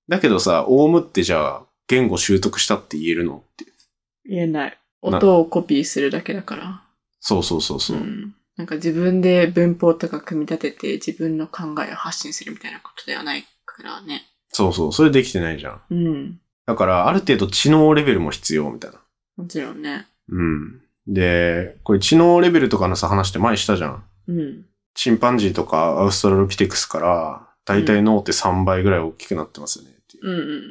S2: だけどさ、オウムってじゃあ言語習得したって言えるのって。
S3: 言えない。
S2: な
S3: 音をコピーするだけだから。
S2: そうそうそうそう。
S3: ん。なんか自分で文法とか組み立てて自分の考えを発信するみたいなことではないからね。
S2: そうそう。それできてないじゃん。
S3: うん。
S2: だから、ある程度知能レベルも必要みたいな。
S3: もちろんね。
S2: うん。で、これ知能レベルとかのさ話って前したじゃん。
S3: うん。
S2: チンパンジーとかアウストラロピテクスから、大体脳って3倍ぐらい大きくなってますよねっていう。
S3: うんうん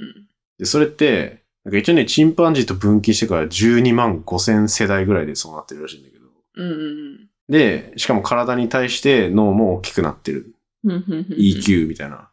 S2: で、それって、なんか一応ね、チンパンジーと分岐してから12万5千世代ぐらいでそうなってるらしいんだけど。
S3: うん。うんうん
S2: で、しかも体に対して脳も大きくなってる。
S3: うん。うんうんうん。。
S2: EQ みたいな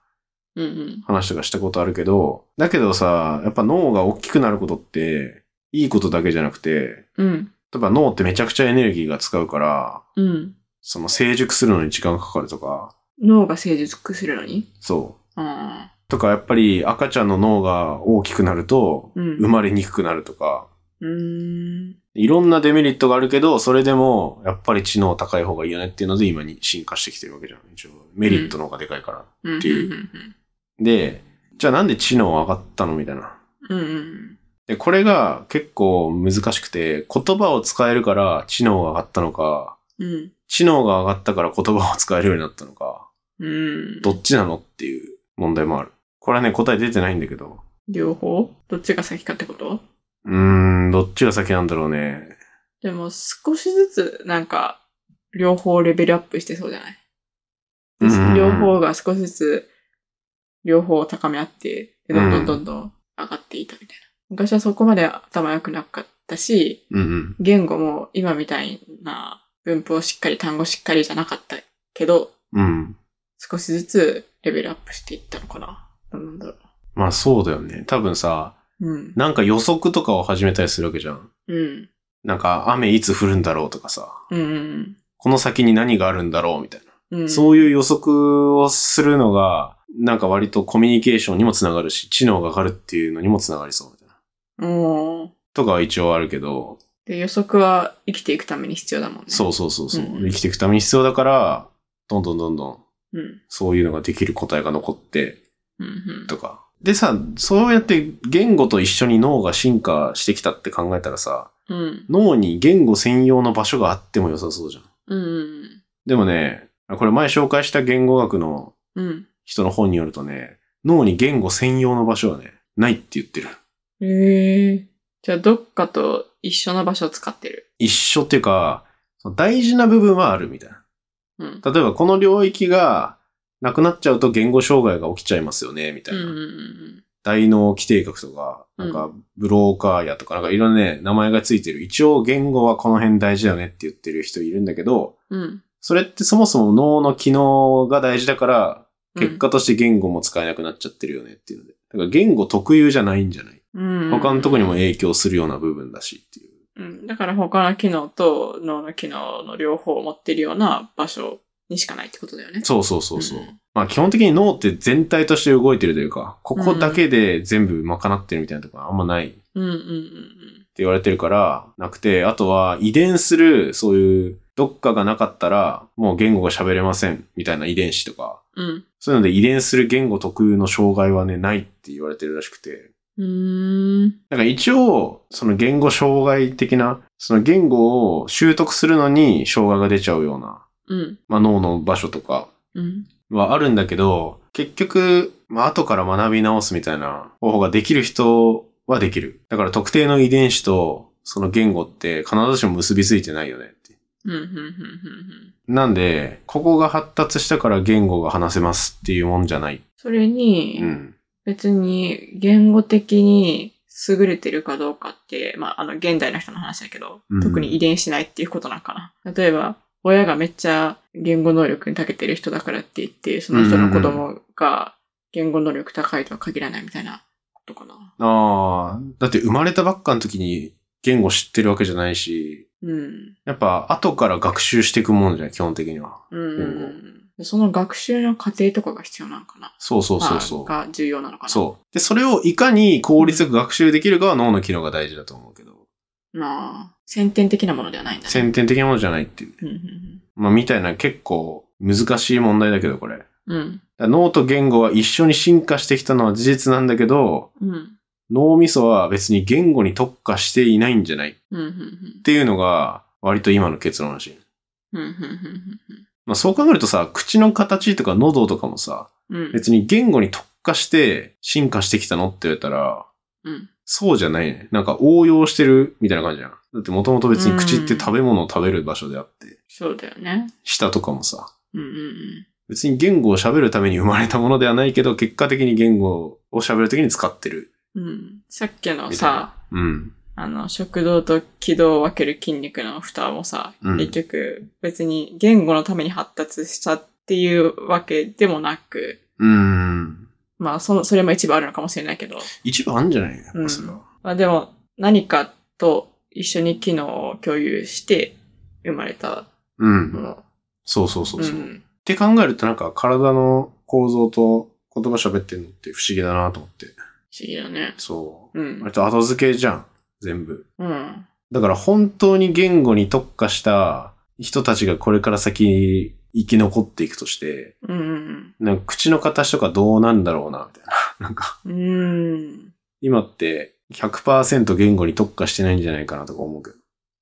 S3: うんうん。
S2: 話とかしたことあるけど、だけどさ、やっぱ脳が大きくなることって、いいことだけじゃなくて、
S3: うん。
S2: 例えば脳ってめちゃくちゃエネルギーが使うから、
S3: うん。
S2: その成熟するのに時間がかかるとか、
S3: 脳が成熟するのに
S2: そう。
S3: ああ。
S2: とか、やっぱり赤ちゃんの脳が大きくなると、
S3: うん
S2: 生まれにくくなるとか、
S3: うーん。
S2: いろんなデメリットがあるけど、それでも、やっぱり知能高い方がいいよねっていうので、今に進化してきてるわけじゃん。一応、メリットの方がでかいから。
S3: うん。。
S2: っていうで、じゃあなんで知能上がったのみたいな。
S3: うんうん。
S2: で、これが結構難しくて、言葉を使えるから知能が上がったのか、
S3: うん。
S2: 知能が上がったから言葉を使えるようになったのか、
S3: うん。
S2: どっちなのっていう問題もある。これはね、答え出てないんだけど、
S3: 両方どっちが先かってこと
S2: うーん、どっちが先なんだろうね。
S3: でも少しずつなんか両方レベルアップしてそうじゃないで
S2: うん
S3: 両方が少しずつ両方高め合って、でどんどんどんどん上がっていたみたいな。昔はそこまで頭良くなかったし、
S2: うんうん。
S3: 言語も今みたいな文法しっかり単語しっかりじゃなかったけど、
S2: うん。
S3: 少しずつレベルアップしていったのかな。なんだろ
S2: まあそうだよね。多分さ、
S3: う。うん。
S2: なんか予測とかを始めたりするわけじゃん。
S3: うん。
S2: なんか雨いつ降るんだろうとかさ、
S3: うん。
S2: この先に何があるんだろうみたいな。
S3: うん。
S2: そういう予測をするのが、なんか割とコミュニケーションにもつながるし、知能が上がるっていうのにもつながりそうみたいな。
S3: うん。
S2: とかは一応あるけど、
S3: で、予測は生きていくために必要だもんね。
S2: そうそうそうそう。
S3: うん
S2: 生きていくために必要だから、どんどんどんどん、
S3: う。うん。
S2: そういうのができる答えが残って、
S3: うんうん。
S2: とか。でさ、そうやって言語と一緒に脳が進化してきたって考えたらさ、
S3: うん。
S2: 脳に言語専用の場所があっても良さそうじゃん。
S3: うん。
S2: でもね、これ前紹介した言語学の
S3: うん。
S2: 人の本によるとね、脳に言語専用の場所はね、ないって言ってる。
S3: ええじゃあ、どっかと一緒の場所を使ってる。
S2: 一緒っていうか、その大事な部分はあるみたい
S3: うん。
S2: な。例えばこの領域がなくなっちゃうと言語障害が起きちゃいますよね、みた
S3: う
S2: い
S3: ん
S2: な。
S3: うんうん
S2: 大脳規定学とか、なんか、ブローカーやとか、なんかいろんなね、名前がついてる。一応言語はこの辺大事だよねって言ってる人いるんだけど、
S3: うん。うん。
S2: それってそもそも脳の機能が大事だから、
S3: うん
S2: 結果として言語も使えなくなっちゃってるよねっていうので。だから言語特有じゃないんじゃない
S3: うん。
S2: 他のとこにも影響するような部分だしっていう。
S3: うん。だから、他の機能と脳の機能の両方を持ってるような場所にしかないってことだよね。
S2: そうそうそうそう。
S3: ん
S2: まあ基本的に脳って全体として動いてるというか、ここだけで全部賄ってるみたいなところはあんまない。
S3: うんうん
S2: って言われてるから、なくて、あとは遺伝する、そういうどっかがなかったら、もう言語が喋れません、みたいな遺伝子とか、
S3: うん。
S2: そういうので遺伝する言語特有の障害はね、ないって言われてるらしくて。
S3: うーん。
S2: なんか一応、その言語障害的な、その言語を習得するのに障害が出ちゃうような、
S3: うん。
S2: まあ脳の場所とか
S3: うん。
S2: はあるんだけど、結局、まあ後から学び直すみたいな方法ができる人はできる。だから特定の遺伝子とその言語って必ずしも結びついてないよねって。
S3: うん。うん。うん。うん。
S2: なんで、ここが発達したから言語が話せますっていうもんじゃない。
S3: それに、
S2: うん。
S3: 別に言語的に優れてるかどうかって、まあ、あの、現代の人の話だけど、
S2: うん
S3: 特に遺伝しないっていうことなんかな。例えば、親がめっちゃ言語能力に長けてる人だからって言って、その人の子供が言語能力高いとは限らないみたいなことかな。
S2: ああ、だって生まれたばっかの時に言語知ってるわけじゃないし、
S3: うん。
S2: やっぱ後から学習していくもんじゃない、基本的には。
S3: うん。その学習の過程とかが必要なのかな。
S2: そうそうそうそう。
S3: まあが重要なのかな。
S2: そう。で、それをいかに効率よく学習できるかは脳の機能が大事だと思うけど、
S3: う。まあ、先天的なものではないんだね。
S2: 先天的なものじゃないっていう。
S3: うんうん
S2: まあ、みたいな結構難しい問題だけど、これ。だか
S3: うん。
S2: ら脳と言語は一緒に進化してきたのは事実なんだけど、
S3: うん。うん。
S2: 脳みそは別に言語に特化していないんじゃないっ
S3: うん。うん
S2: ていうのが、割と今の結論らしい。
S3: うん。うん。うん。
S2: まあ、そう考えるとさ、口の形とか喉とかもさ、
S3: うん。
S2: 別に言語に特化して進化してきたのって言われたら、
S3: うん。
S2: そうじゃないね。なんか応用してるみたいな感じじゃん。だってもともと別に口って食べ物を食べる場所であって、
S3: そうだよね。
S2: 舌とかもさ、
S3: うんうんうん。
S2: 別に言語を喋るために生まれたものではないけど、結果的に言語を喋るときに使ってる。
S3: うん、さっきの
S2: みたい
S3: さ
S2: な、うん。
S3: あの、食道と気道を分ける筋肉の蓋もさ、
S2: うん
S3: 結局別に言語のために発達したっていうわけでもなく、
S2: うん。
S3: まあ、そ、それも一部あるのかもしれないけど、
S2: 一部あんじゃないやっぱそれは。
S3: まあでも何かと一緒に機能を共有して生まれた
S2: うん。
S3: もの。
S2: そうそうそう
S3: う
S2: そう、っ
S3: ん。
S2: て考えるとなんか体の構造と言葉喋ってるのって不思議だなと思って。
S3: 不思議だね。
S2: そうう。
S3: ん
S2: 割。と後付けじゃん。全部。
S3: うん。
S2: だから本当に言語に特化した人たちがこれから先生き残っていくとして、
S3: うんうん
S2: なんか口の形とかどうなんだろうな、みたいな。なんか、
S3: うん。うん。
S2: 今って100%言語に特化してないんじゃないかなとか思うけど。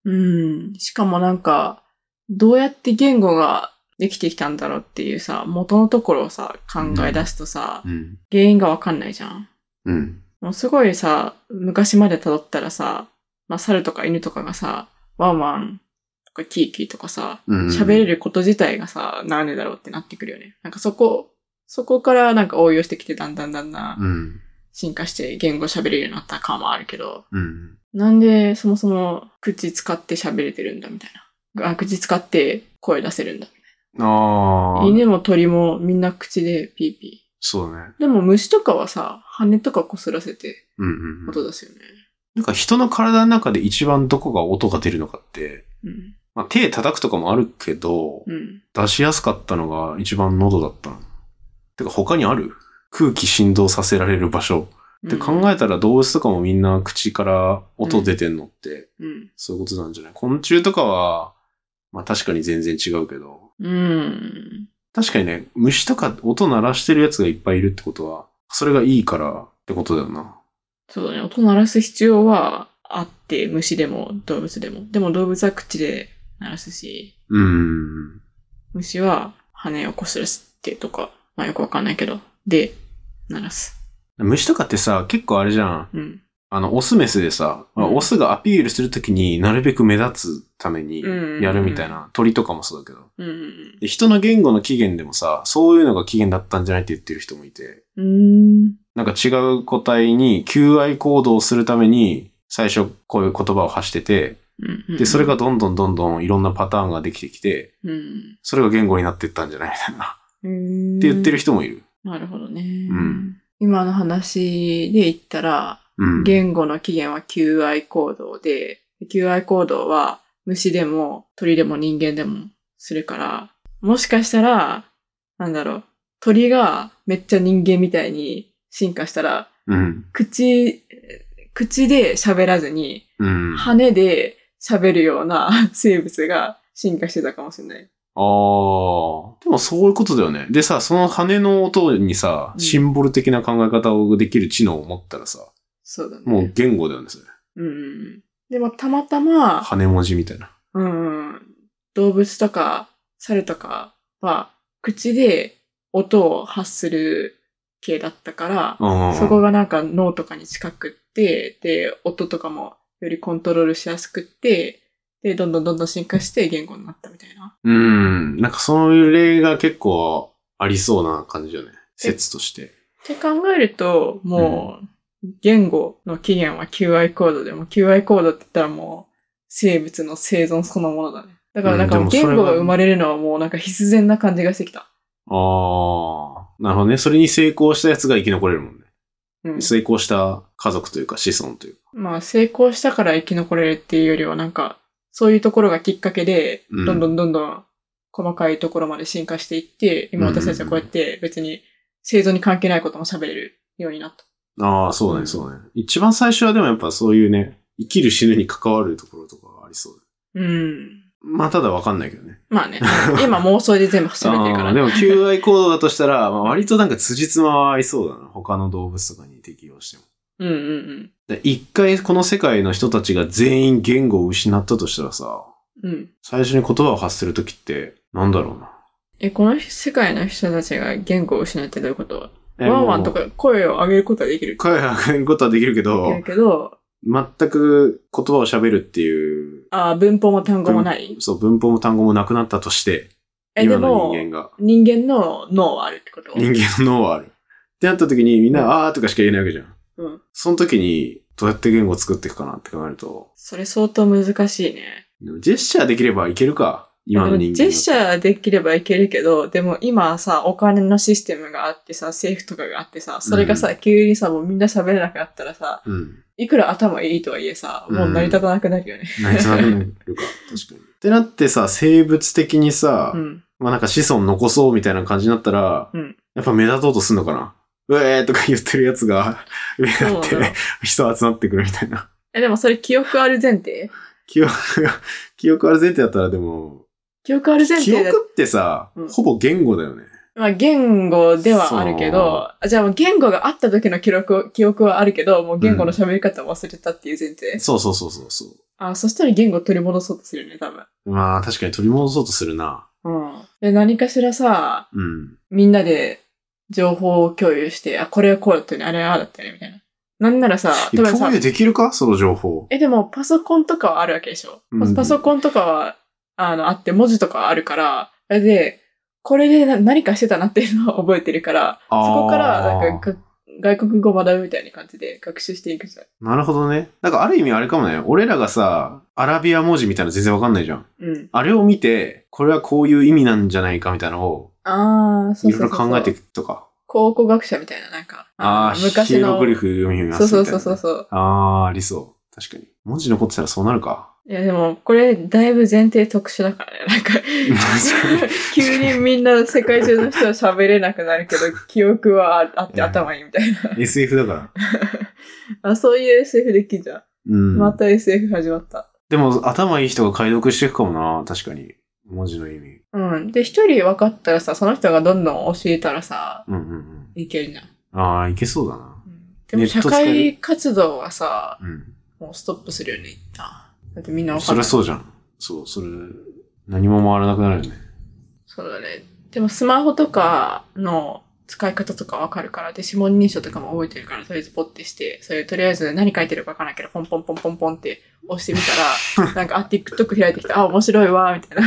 S3: うん。しかもなんか、どうやって言語ができてきたんだろうっていうさ、元のところをさ、考え出すとさ、
S2: うん。
S3: 原因がわかんないじゃん。
S2: うん。
S3: もうすごいさ、昔まで辿ったらさ、まあ、猿とか犬とかがさ、ワンワンとかキーキーとかさ、
S2: うん
S3: 喋れること自体がさ、なんでだろうってなってくるよね。なんかそこ、そこからなんか応用してきて、だんだんだんだん
S2: うん。
S3: 進化して言語喋れるようになった感もあるけど、
S2: うん。
S3: なんでそもそも口使って喋れてるんだみたいな。あ口使って声出せるんだ。
S2: ああ。
S3: 犬も鳥もみんな口でピーピ
S2: そうだね。
S3: ー。でも虫とかはさ、羽とかこすらせて
S2: うんうんうん。
S3: 音出すよね。
S2: なんか人の体の中で一番どこが音が出るのかって、
S3: うん。
S2: まあ、手叩くとかもあるけど、
S3: うん。
S2: 出しやすかったのが一番喉だったの。てか他にある空気振動させられる場所。って考えたら動物とかもみんな口から音出てんのって、
S3: うん。
S2: そういうことなんじゃない昆虫とかは、まあ確かに全然違うけど、
S3: うん。
S2: 確かにね、虫とか音鳴らしてるやつがいっぱいいるってことは、それがいいからってことだよな。
S3: そうだね。音鳴らす必要はあって、虫でも動物でも。でも動物は口で鳴らすし、
S2: うーん。
S3: 虫は羽をこすらせてとか、まあよくわかんないけど、で、鳴らす。
S2: 虫とかってさ、結構あれじゃん。
S3: うん。
S2: あの、オスメスでさ、まあ
S3: うん
S2: オスがアピールするときになるべく目立つために
S3: うん
S2: やるみたいな、鳥とかもそうだけど。
S3: うん。
S2: で人の言語の起源でもさ、そういうのが起源だったんじゃないって言ってる人もいて。
S3: うん。
S2: なんか違う個体に求愛行動をするために、最初こういう言葉を発してて、
S3: うん
S2: で、それが、どんどんどんどんいろんなパターンができてきて、
S3: うん。
S2: それが言語になっていったんじゃないみたいな。
S3: うん
S2: って言ってる。人もいる。
S3: なるほどね。
S2: ん
S3: 今の話で言ったら、
S2: うん。
S3: 言語の起源は求愛行動で、求愛行動は虫でも鳥でも人間でもするから、もしかしたら、なんだろう、鳥がめっちゃ人間みたいに進化したら、
S2: うん。
S3: 口、口で喋らずに、
S2: うん。
S3: 羽で喋るような生物が進化してたかもしれない。
S2: あー。でもそういうことだよね。でさ、その羽の音にさ、
S3: うん
S2: シンボル的な考え方をできる知能を持ったらさ、
S3: そうだね。
S2: もう言語だよね、それ。
S3: うんうんうん。でもたまたま、
S2: 羽文字みたいな。
S3: うんうん、動物とか猿とかは口で音を発する系だったから、
S2: うん。
S3: そこがなんか脳とかに近くって、で、音とかもよりコントロールしやすくって、で、どんどんどんどん進化して言語になったみたいな。
S2: うん。なんかそういう例が結構ありそうな感じよね。説として。
S3: って考えると、もう、言語の起源は QI コードでも、QI コードって言ったらもう、生物の生存そのものだね。だからなんか
S2: うん
S3: もう
S2: でもそ
S3: 言
S2: れは
S3: 語が生まれるのはもうなんか必然な感じがしてきた。
S2: ああ。なるほどね。それに成功したやつが生き残れるもんね。
S3: うん。
S2: 成功した家族というか子孫というか。
S3: まあ、成功したから生き残れるっていうよりは、なんか、そういうところがきっかけで、
S2: うん
S3: どんどんどんどん細かいところまで進化していって、今私たちはこうやって別に生存に関係ないことも喋れるようになった。
S2: ああ、そう
S3: う
S2: ね、
S3: ん
S2: そうね。一番最初はでもやっぱそういうね、生きる死ぬに関わるところとかがありそうだ。
S3: うん。
S2: まあ、ただわかんないけどね。
S3: まあね、今妄想で全部喋ってるか
S2: あ
S3: ら
S2: あ、でも QI 行動だとしたら、 まあ、割となんか辻褄は合いそうだな。他の動物とかに適用しても。
S3: うんうんうん。
S2: で一回この世界の人たちが全員言語を失ったとしたらさ、
S3: うん。
S2: 最初に言葉を発するときって、なんだろうな。
S3: え、この世界の人たちが言語を失ってどういうこと
S2: え
S3: ワンワンと。
S2: も
S3: か声を上げることはできる
S2: う声を上げることはできるけ
S3: でき
S2: ど
S3: る、けど、
S2: 全く言葉を喋るっていう、
S3: あー文法も単語もない。
S2: そう、文法も単語もなくなったとして、
S3: え、で
S2: 今
S3: も
S2: の、人間が、
S3: 人間の脳はあるってこと
S2: 人間の脳はある。ってなった時にみんな、あーとかしか言えないわけじゃん。
S3: うん。
S2: その時に、どうやって言語を作っていくかなって考えると、
S3: それ相当難しいね。
S2: でもジェスチャーできればいけるか。今の
S3: で
S2: 人
S3: も
S2: 間。
S3: ジェスチャーできればいけるけど、でも今さ、お金のシステムがあってさ、政府とかがあってさ、それがさ、
S2: う
S3: 急にさ、もうみんな喋れなくなったらさ、
S2: うん。
S3: いくら頭いいとはいえさ、もう成り立たなくなるよね。
S2: なんとなくなる か。確かに。ってなってさ、生物的にさ、
S3: うん。
S2: まあなんか子孫残そうみたいな感じになったら、
S3: うん
S2: やっぱ目立とうとすんのかな。うえーとか言ってるやつが、 目立
S3: そう
S2: っ
S3: だろう
S2: て、人集まってくるみたいな。
S3: え、でもそれ記憶ある前提
S2: 記憶が、 記憶ある前提だったらでも、
S3: 記憶ある前
S2: 記
S3: 提だ。
S2: 憶ってさ、
S3: うん
S2: ほぼ言語だよね。
S3: まあ言語ではあるけど、あじゃあもう言語があった時の記録を、記憶はあるけど、もう言語の喋り方を忘れたっていう前提。
S2: そうそうそうそうそ
S3: あ、そしたら言語取り戻そうとするよね、多分。
S2: う。まあ確かに取り戻そうとするな。
S3: うん。で、何かしらさ、
S2: うん。
S3: みんなで情報を共有して、あ、これはこうだったよね、あれはああだったよね、みたいな。なんならさ、
S2: え
S3: 例えば
S2: 共
S3: さ
S2: 有、できるかその情報。
S3: え、でもパソコンとかはあるわけでしょ、
S2: うん
S3: パソコンとかは、あの、あって文字とかはあるから、あれで、これでな何かしてたなっていうのを覚えてるから、
S2: そ
S3: そこから、なんか、が外国語を学ぶみたいな感じで学習していくじゃん。
S2: なるほどね。なんかある意味あれかもね。俺らがさ、アラビア文字みたいなの全然わかんないじゃん。
S3: うん。
S2: あれを見て、これはこういう意味なんじゃないかみたいなのを、
S3: ああ、そ
S2: いうろ
S3: そ
S2: いう
S3: そ
S2: ろ
S3: うそう。
S2: 考えていくとか。
S3: 考古学者みたいな、なんか。
S2: ああ、
S3: の昔
S2: ヒエロ
S3: の
S2: グ。リフ読みます
S3: そう
S2: みたい
S3: そ
S2: な。
S3: うそうそうそう。
S2: ああ、ありそう。確かに。文字残ってたらそうな るか。
S3: いや、でも、これ、だいぶ前提特殊だからね。 なんか
S2: か、
S3: 急にみんな世界中の人は喋れなくなるけ ど、記憶はああって頭いいみたいな。
S2: SF だから。
S3: あ、そういう SF できんじゃ
S2: うん。
S3: ん。また SF 始まった。
S2: でも、頭いい人が解読していくかもな。確かに。文字の意味。
S3: うん。で、一人分かったらさ、その人がどんどん教えたらさ、
S2: うんうん
S3: いけるじゃん。
S2: うん。ああ、いけそうだな。
S3: うんでも、
S2: ネッ
S3: 社
S2: ト使える
S3: 会活動はさ、
S2: うん。
S3: もうストップするよね、一旦。だってみんな分か
S2: そ
S3: ん
S2: り
S3: な
S2: ゃ
S3: い。
S2: そうじゃん。そう、それ、何も回らなくなるよね。
S3: そうだね。でもスマホとかの使い方とかわかるから、で、指紋認証とかも覚えてるから、とりあえずポッてして、それとりあえず何書いてるかわからないけど、ポンポンポンポンポンって押してみた ら、なんか、あ、TikTok 開いてきた、あ、面白いわ、みたい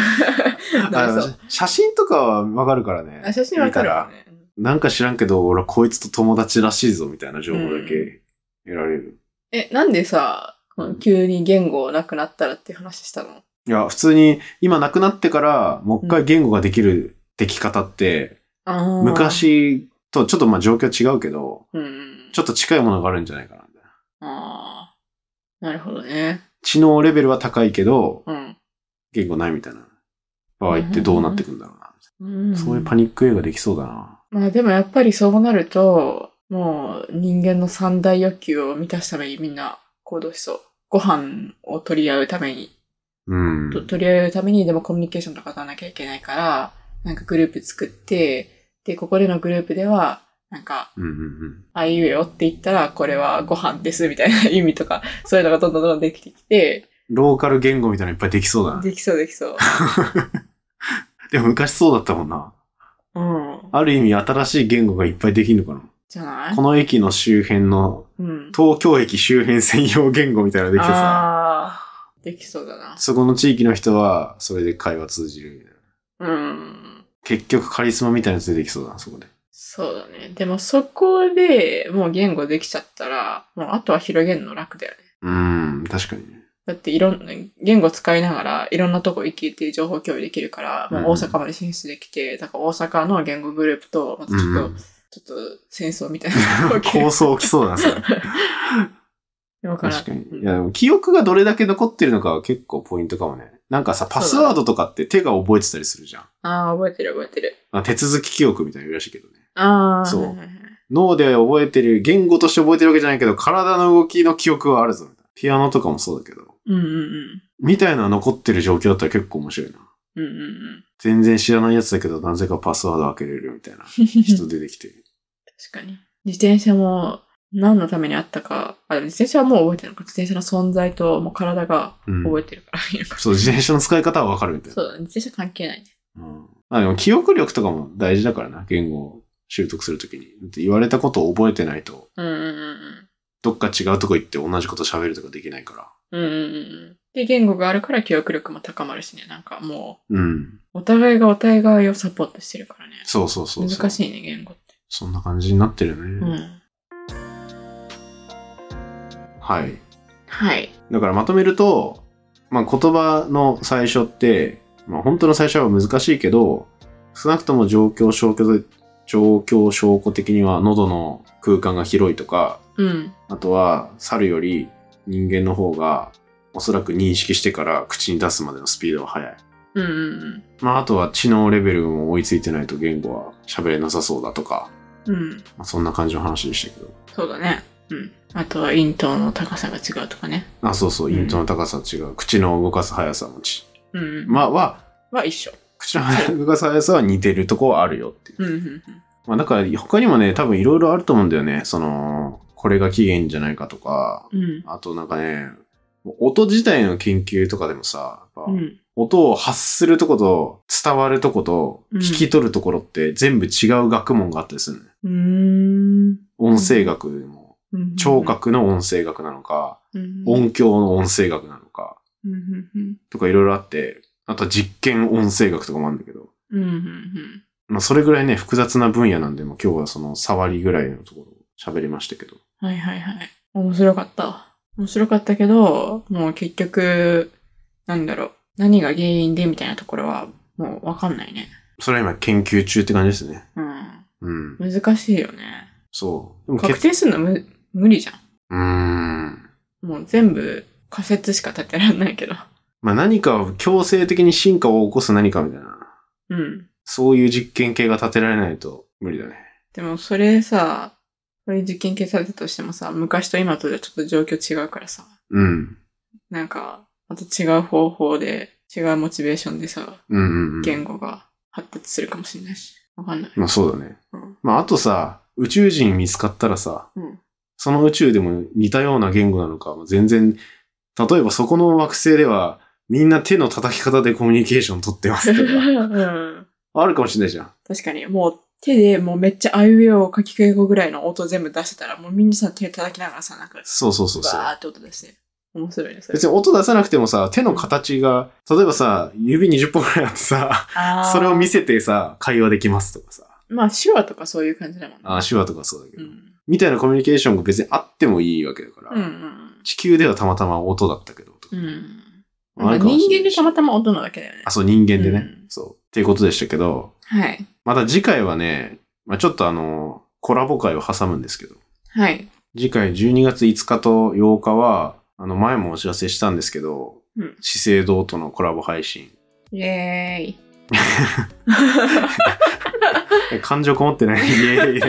S3: な。 なり
S2: あ
S3: そ
S2: の
S3: う。
S2: 写真とかはわかるからね。
S3: あ写真わかる
S2: 見た
S3: わ
S2: ら
S3: ね。
S2: なんか知らんけど、俺はこいつと友達らしいぞみたいな情報だけ得られる。
S3: え、なんでさ、この急に言語なくなったらっていう話したの
S2: いや、普通に今亡くなってから、もう一回言語ができるでき方って、
S3: あー。
S2: 昔とちょっとまあ状況違うけど、
S3: うんうん。
S2: ちょっと近いものがあるんじゃないかな。
S3: ああ。なるほどね。
S2: 知能レベルは高いけど、
S3: うん。
S2: 言語ないみたいな場合ってどうなってくんだろうな。
S3: うん
S2: そういうパニック映画できそうだな。
S3: まあでもやっぱりそうなると、もう人間の三大欲求を満たすためにみんな行動しそう。ご飯を取り合うために
S2: うん。
S3: と取り上げるためにでもコミュニケーションとか取らなきゃいけないから、なんかグループ作って、で、ここでのグループでは、なんか、
S2: うんうん
S3: あいうえよって言ったら、これはご飯ですみたいな意味とか、そういうのがどんどんどんどんできてきて、
S2: うん。ローカル言語みたいなのいっぱいできそうだな。
S3: できそうできそう。
S2: でも昔そうだったもんな。
S3: うん。
S2: ある意味新しい言語がいっぱいできるのか
S3: じゃな
S2: な。
S3: い
S2: この駅の周辺の、
S3: うん。
S2: 東京駅周辺専用言語みたいなのできてさ、
S3: ああー、できそうだな。
S2: そこの地域の人はそれで会話通じるみたいな。
S3: うん。
S2: 結局カリスマみたいなやつ出てきそうだな、そこで。
S3: そうだね。でもそこでもう言語できちゃったら、もうあとは広げるの楽だよね。
S2: うん、確かに。
S3: だっていろんな、言語使いながらいろんなとこ行けて情報共有できるから、もう大阪まで進出できて、だから大阪の言語グループと、またちょっと、
S2: うん
S3: ちょっと戦争みたいなのが起 きる
S2: 構想起きそうだ な、それ。
S3: わからん
S2: 確かに。
S3: うん
S2: いや、でも記憶がどれだけ残ってるのかは結構ポイントかもね。なんかさ、パスワードとかって手が覚えてたりするじゃん。
S3: ああ、覚えてる覚えてる。
S2: あ手続き記憶みたいなの言うらしいけどね。
S3: ああ。
S2: そう
S3: はいはいはい
S2: 脳で覚えてる、言語として覚えてるわけじゃないけど、体の動きの記憶はあるぞみたいな。ピアノとかもそうだけど。
S3: うんうんうん。
S2: みたいな残ってる状況だったら結構面白いな。
S3: うんうんうん。
S2: 全然知らないやつだけど、なぜかパスワード開けれるみた いな人出てきて。
S3: 確かに。自転車も何のためにあったか、あ、でも自転車はもう覚えてるのか。自転車の存在と、もう体が
S2: うん。
S3: 覚えてるから、いいのか。
S2: そう、自転車の使い方はわかるみたいな。
S3: そうだね。自転車関係ないね。
S2: うん。あ、でも記憶力とかも大事だからな、言語を習得するときに。だって言われたことを覚えてないと、
S3: うんうんうんうん。
S2: どっか違うとこ行って同じこと喋るとかできないか
S3: うんうんうんうん。で、言語があるから記憶力も高まるしね。なんかも
S2: ら。うん。
S3: う、お互いがお互いをサポートしてるからね。
S2: そうそうそうそう。
S3: 難
S2: い。
S3: しいね、言語って。
S2: そんな感じになってるよね。
S3: うん。
S2: はい。
S3: はい。
S2: だからまとめると、まあ、言葉の最初って、まあ、本当の最初は難しいけど、少なくとも状況証拠で、状況証拠的には喉の空間が広いとか、
S3: うん。
S2: あとは猿より人間の方がおそらく認識してから口に出すまでのスピードが速い。
S3: うんうん
S2: まああとは知能レベルも追いついてないと言語は喋れなさそうだとか、
S3: うん。うん。
S2: まあ、そんな感じの話でしたけど。
S3: そうだね。うん。あとは、咽頭の高さが違うとかね。
S2: あ、そうそう、
S3: うん
S2: イントの高さは違う。口の動かす速さもち。
S3: うんうん。
S2: まあは、
S3: は一緒。
S2: 口の動かす速さは似てるとこはあるよっていう。
S3: うんうんうん。
S2: まあだから他にもね、多分いろいろあると思うんだよね。その、これが起源じゃないかとか、
S3: うん。
S2: あとなんかね、音自体の研究とかでもさ、やっぱ
S3: うん。
S2: 音を発するとこと伝わるとこと
S3: うん
S2: 聞き取るところって全部違う学問があったりするのね。
S3: うーん。
S2: 音声学でも、
S3: うん
S2: 聴。覚の音声学なのか、
S3: うん。
S2: 音響の音声学なのか、
S3: うんうんうん。
S2: とかいろいろあって、あとは実験音声学とかもあるんだけど、
S3: うんうんうん。
S2: まあそれぐらいね、複雑な分野なんで、もう今日はその触りぐらいのところを喋りましたけど。
S3: はいはいはい。面白かった。面白かったけど、もう結局、なんだろう。何が原因でみたいなところは、もうわかんないね。
S2: それは今研究中って感じですね。
S3: うん。
S2: うん。
S3: 難しいよね。
S2: そう。でも
S3: 確
S2: 結
S3: 定するのむ無理じゃ
S2: うーん。
S3: ん。もう全部仮説しか立てられないけど。
S2: まあ何かを強制的に進化を起こす何かみたいな。
S3: うん。
S2: そういう実験系が立てられないと無理だね。
S3: でもそれさ、これ実験計算だとしてもさ、昔と今とじゃちょっと状況違うからさ、
S2: うん。
S3: なんか、また違う方法で、違うモチベーションでさ、
S2: うんうん、うん。
S3: 言語が発達するかもしれないし。わかんない。
S2: まあそうだね。
S3: うん
S2: まああとさ、宇宙人見つかったらさ、
S3: うん
S2: その宇宙でも似たような言語なのか、全然、例えばそこの惑星ではみんな手の叩き方でコミュニケーション取ってますとか、
S3: うん
S2: あるかもしれないじゃん。
S3: 確かに、もう手でもうめっちゃあいうえおを書き換え語ぐらいの音全部出してたら、もうみんなさ手叩きながらさ、なんか、
S2: そうそうそうそう
S3: バ。ーって音出して。面白いね、それ。
S2: 別に音出さなくてもさ、手の形が、例えばさ、指20本くらいあってさ、
S3: あー
S2: それを見せてさ、会話できますとかさ、
S3: まあ、手話とかそういう感じだもんね。
S2: あ手話とかそうだけ
S3: う
S2: ど、
S3: ん。
S2: みたいなコミュニケーションが別にあってもいいわけだから、
S3: うんうん
S2: 地球ではたまたま音だったけど、と
S3: う
S2: か
S3: ん。うん。
S2: あ
S3: なん
S2: る
S3: か
S2: かもし
S3: 人間
S2: れない
S3: で
S2: した
S3: またま音なだけだよね
S2: あ、。そう、人間でね。
S3: うん
S2: そう。っていうことでしたけど、
S3: はい。
S2: また次回はね、まあ、ちょっとあの、コラボ会を挟むんですけど、
S3: はい。
S2: 次回12月5日と8日は、あの、前もお知らせしたんですけど、
S3: うん
S2: 資生堂とのコラボ配信。
S3: イェーイ。
S2: え感情こもってない。 いやいやいや
S3: いやい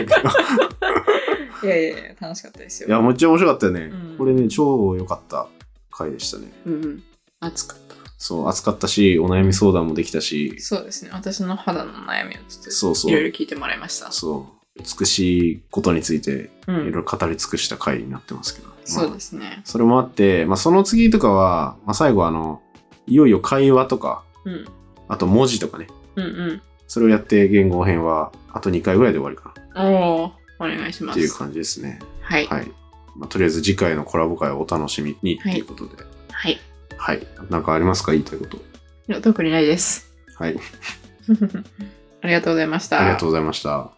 S3: やいや、楽しかったですよ。
S2: いや、めっちゃ面白かったよね。
S3: うん
S2: これね、超良かった回でしたね。
S3: うんうん。熱かった。
S2: そう、扱ったし、お悩み相談もできたし、
S3: そうですね。私の肌の悩みをちょっと
S2: そうそう
S3: いろいろ聞いてもらいました。
S2: そう、美しいことについて、
S3: う
S2: いろい
S3: ん。
S2: ろ語り尽くした回になってますけど。
S3: そう
S2: まあ
S3: ですね。
S2: それもあって、まあ、その次とかは、まあ、最後あの、いよいよ会話とか、
S3: うん。
S2: あと文字とかね、
S3: うん
S2: それをやって言語編は、あと2回ぐらいで終わりか
S3: うん。おおお願いし
S2: な
S3: ま
S2: っていう
S3: す。
S2: 感じですね。
S3: はい。
S2: はい。まあ、とりあえず次回のコラボ会をお楽しみにっていうことで。
S3: はい。
S2: はい。なんかありますか言いたいこと。
S3: いや特にないです。
S2: はい。
S3: ありがとうございました。
S2: ありがとうございました。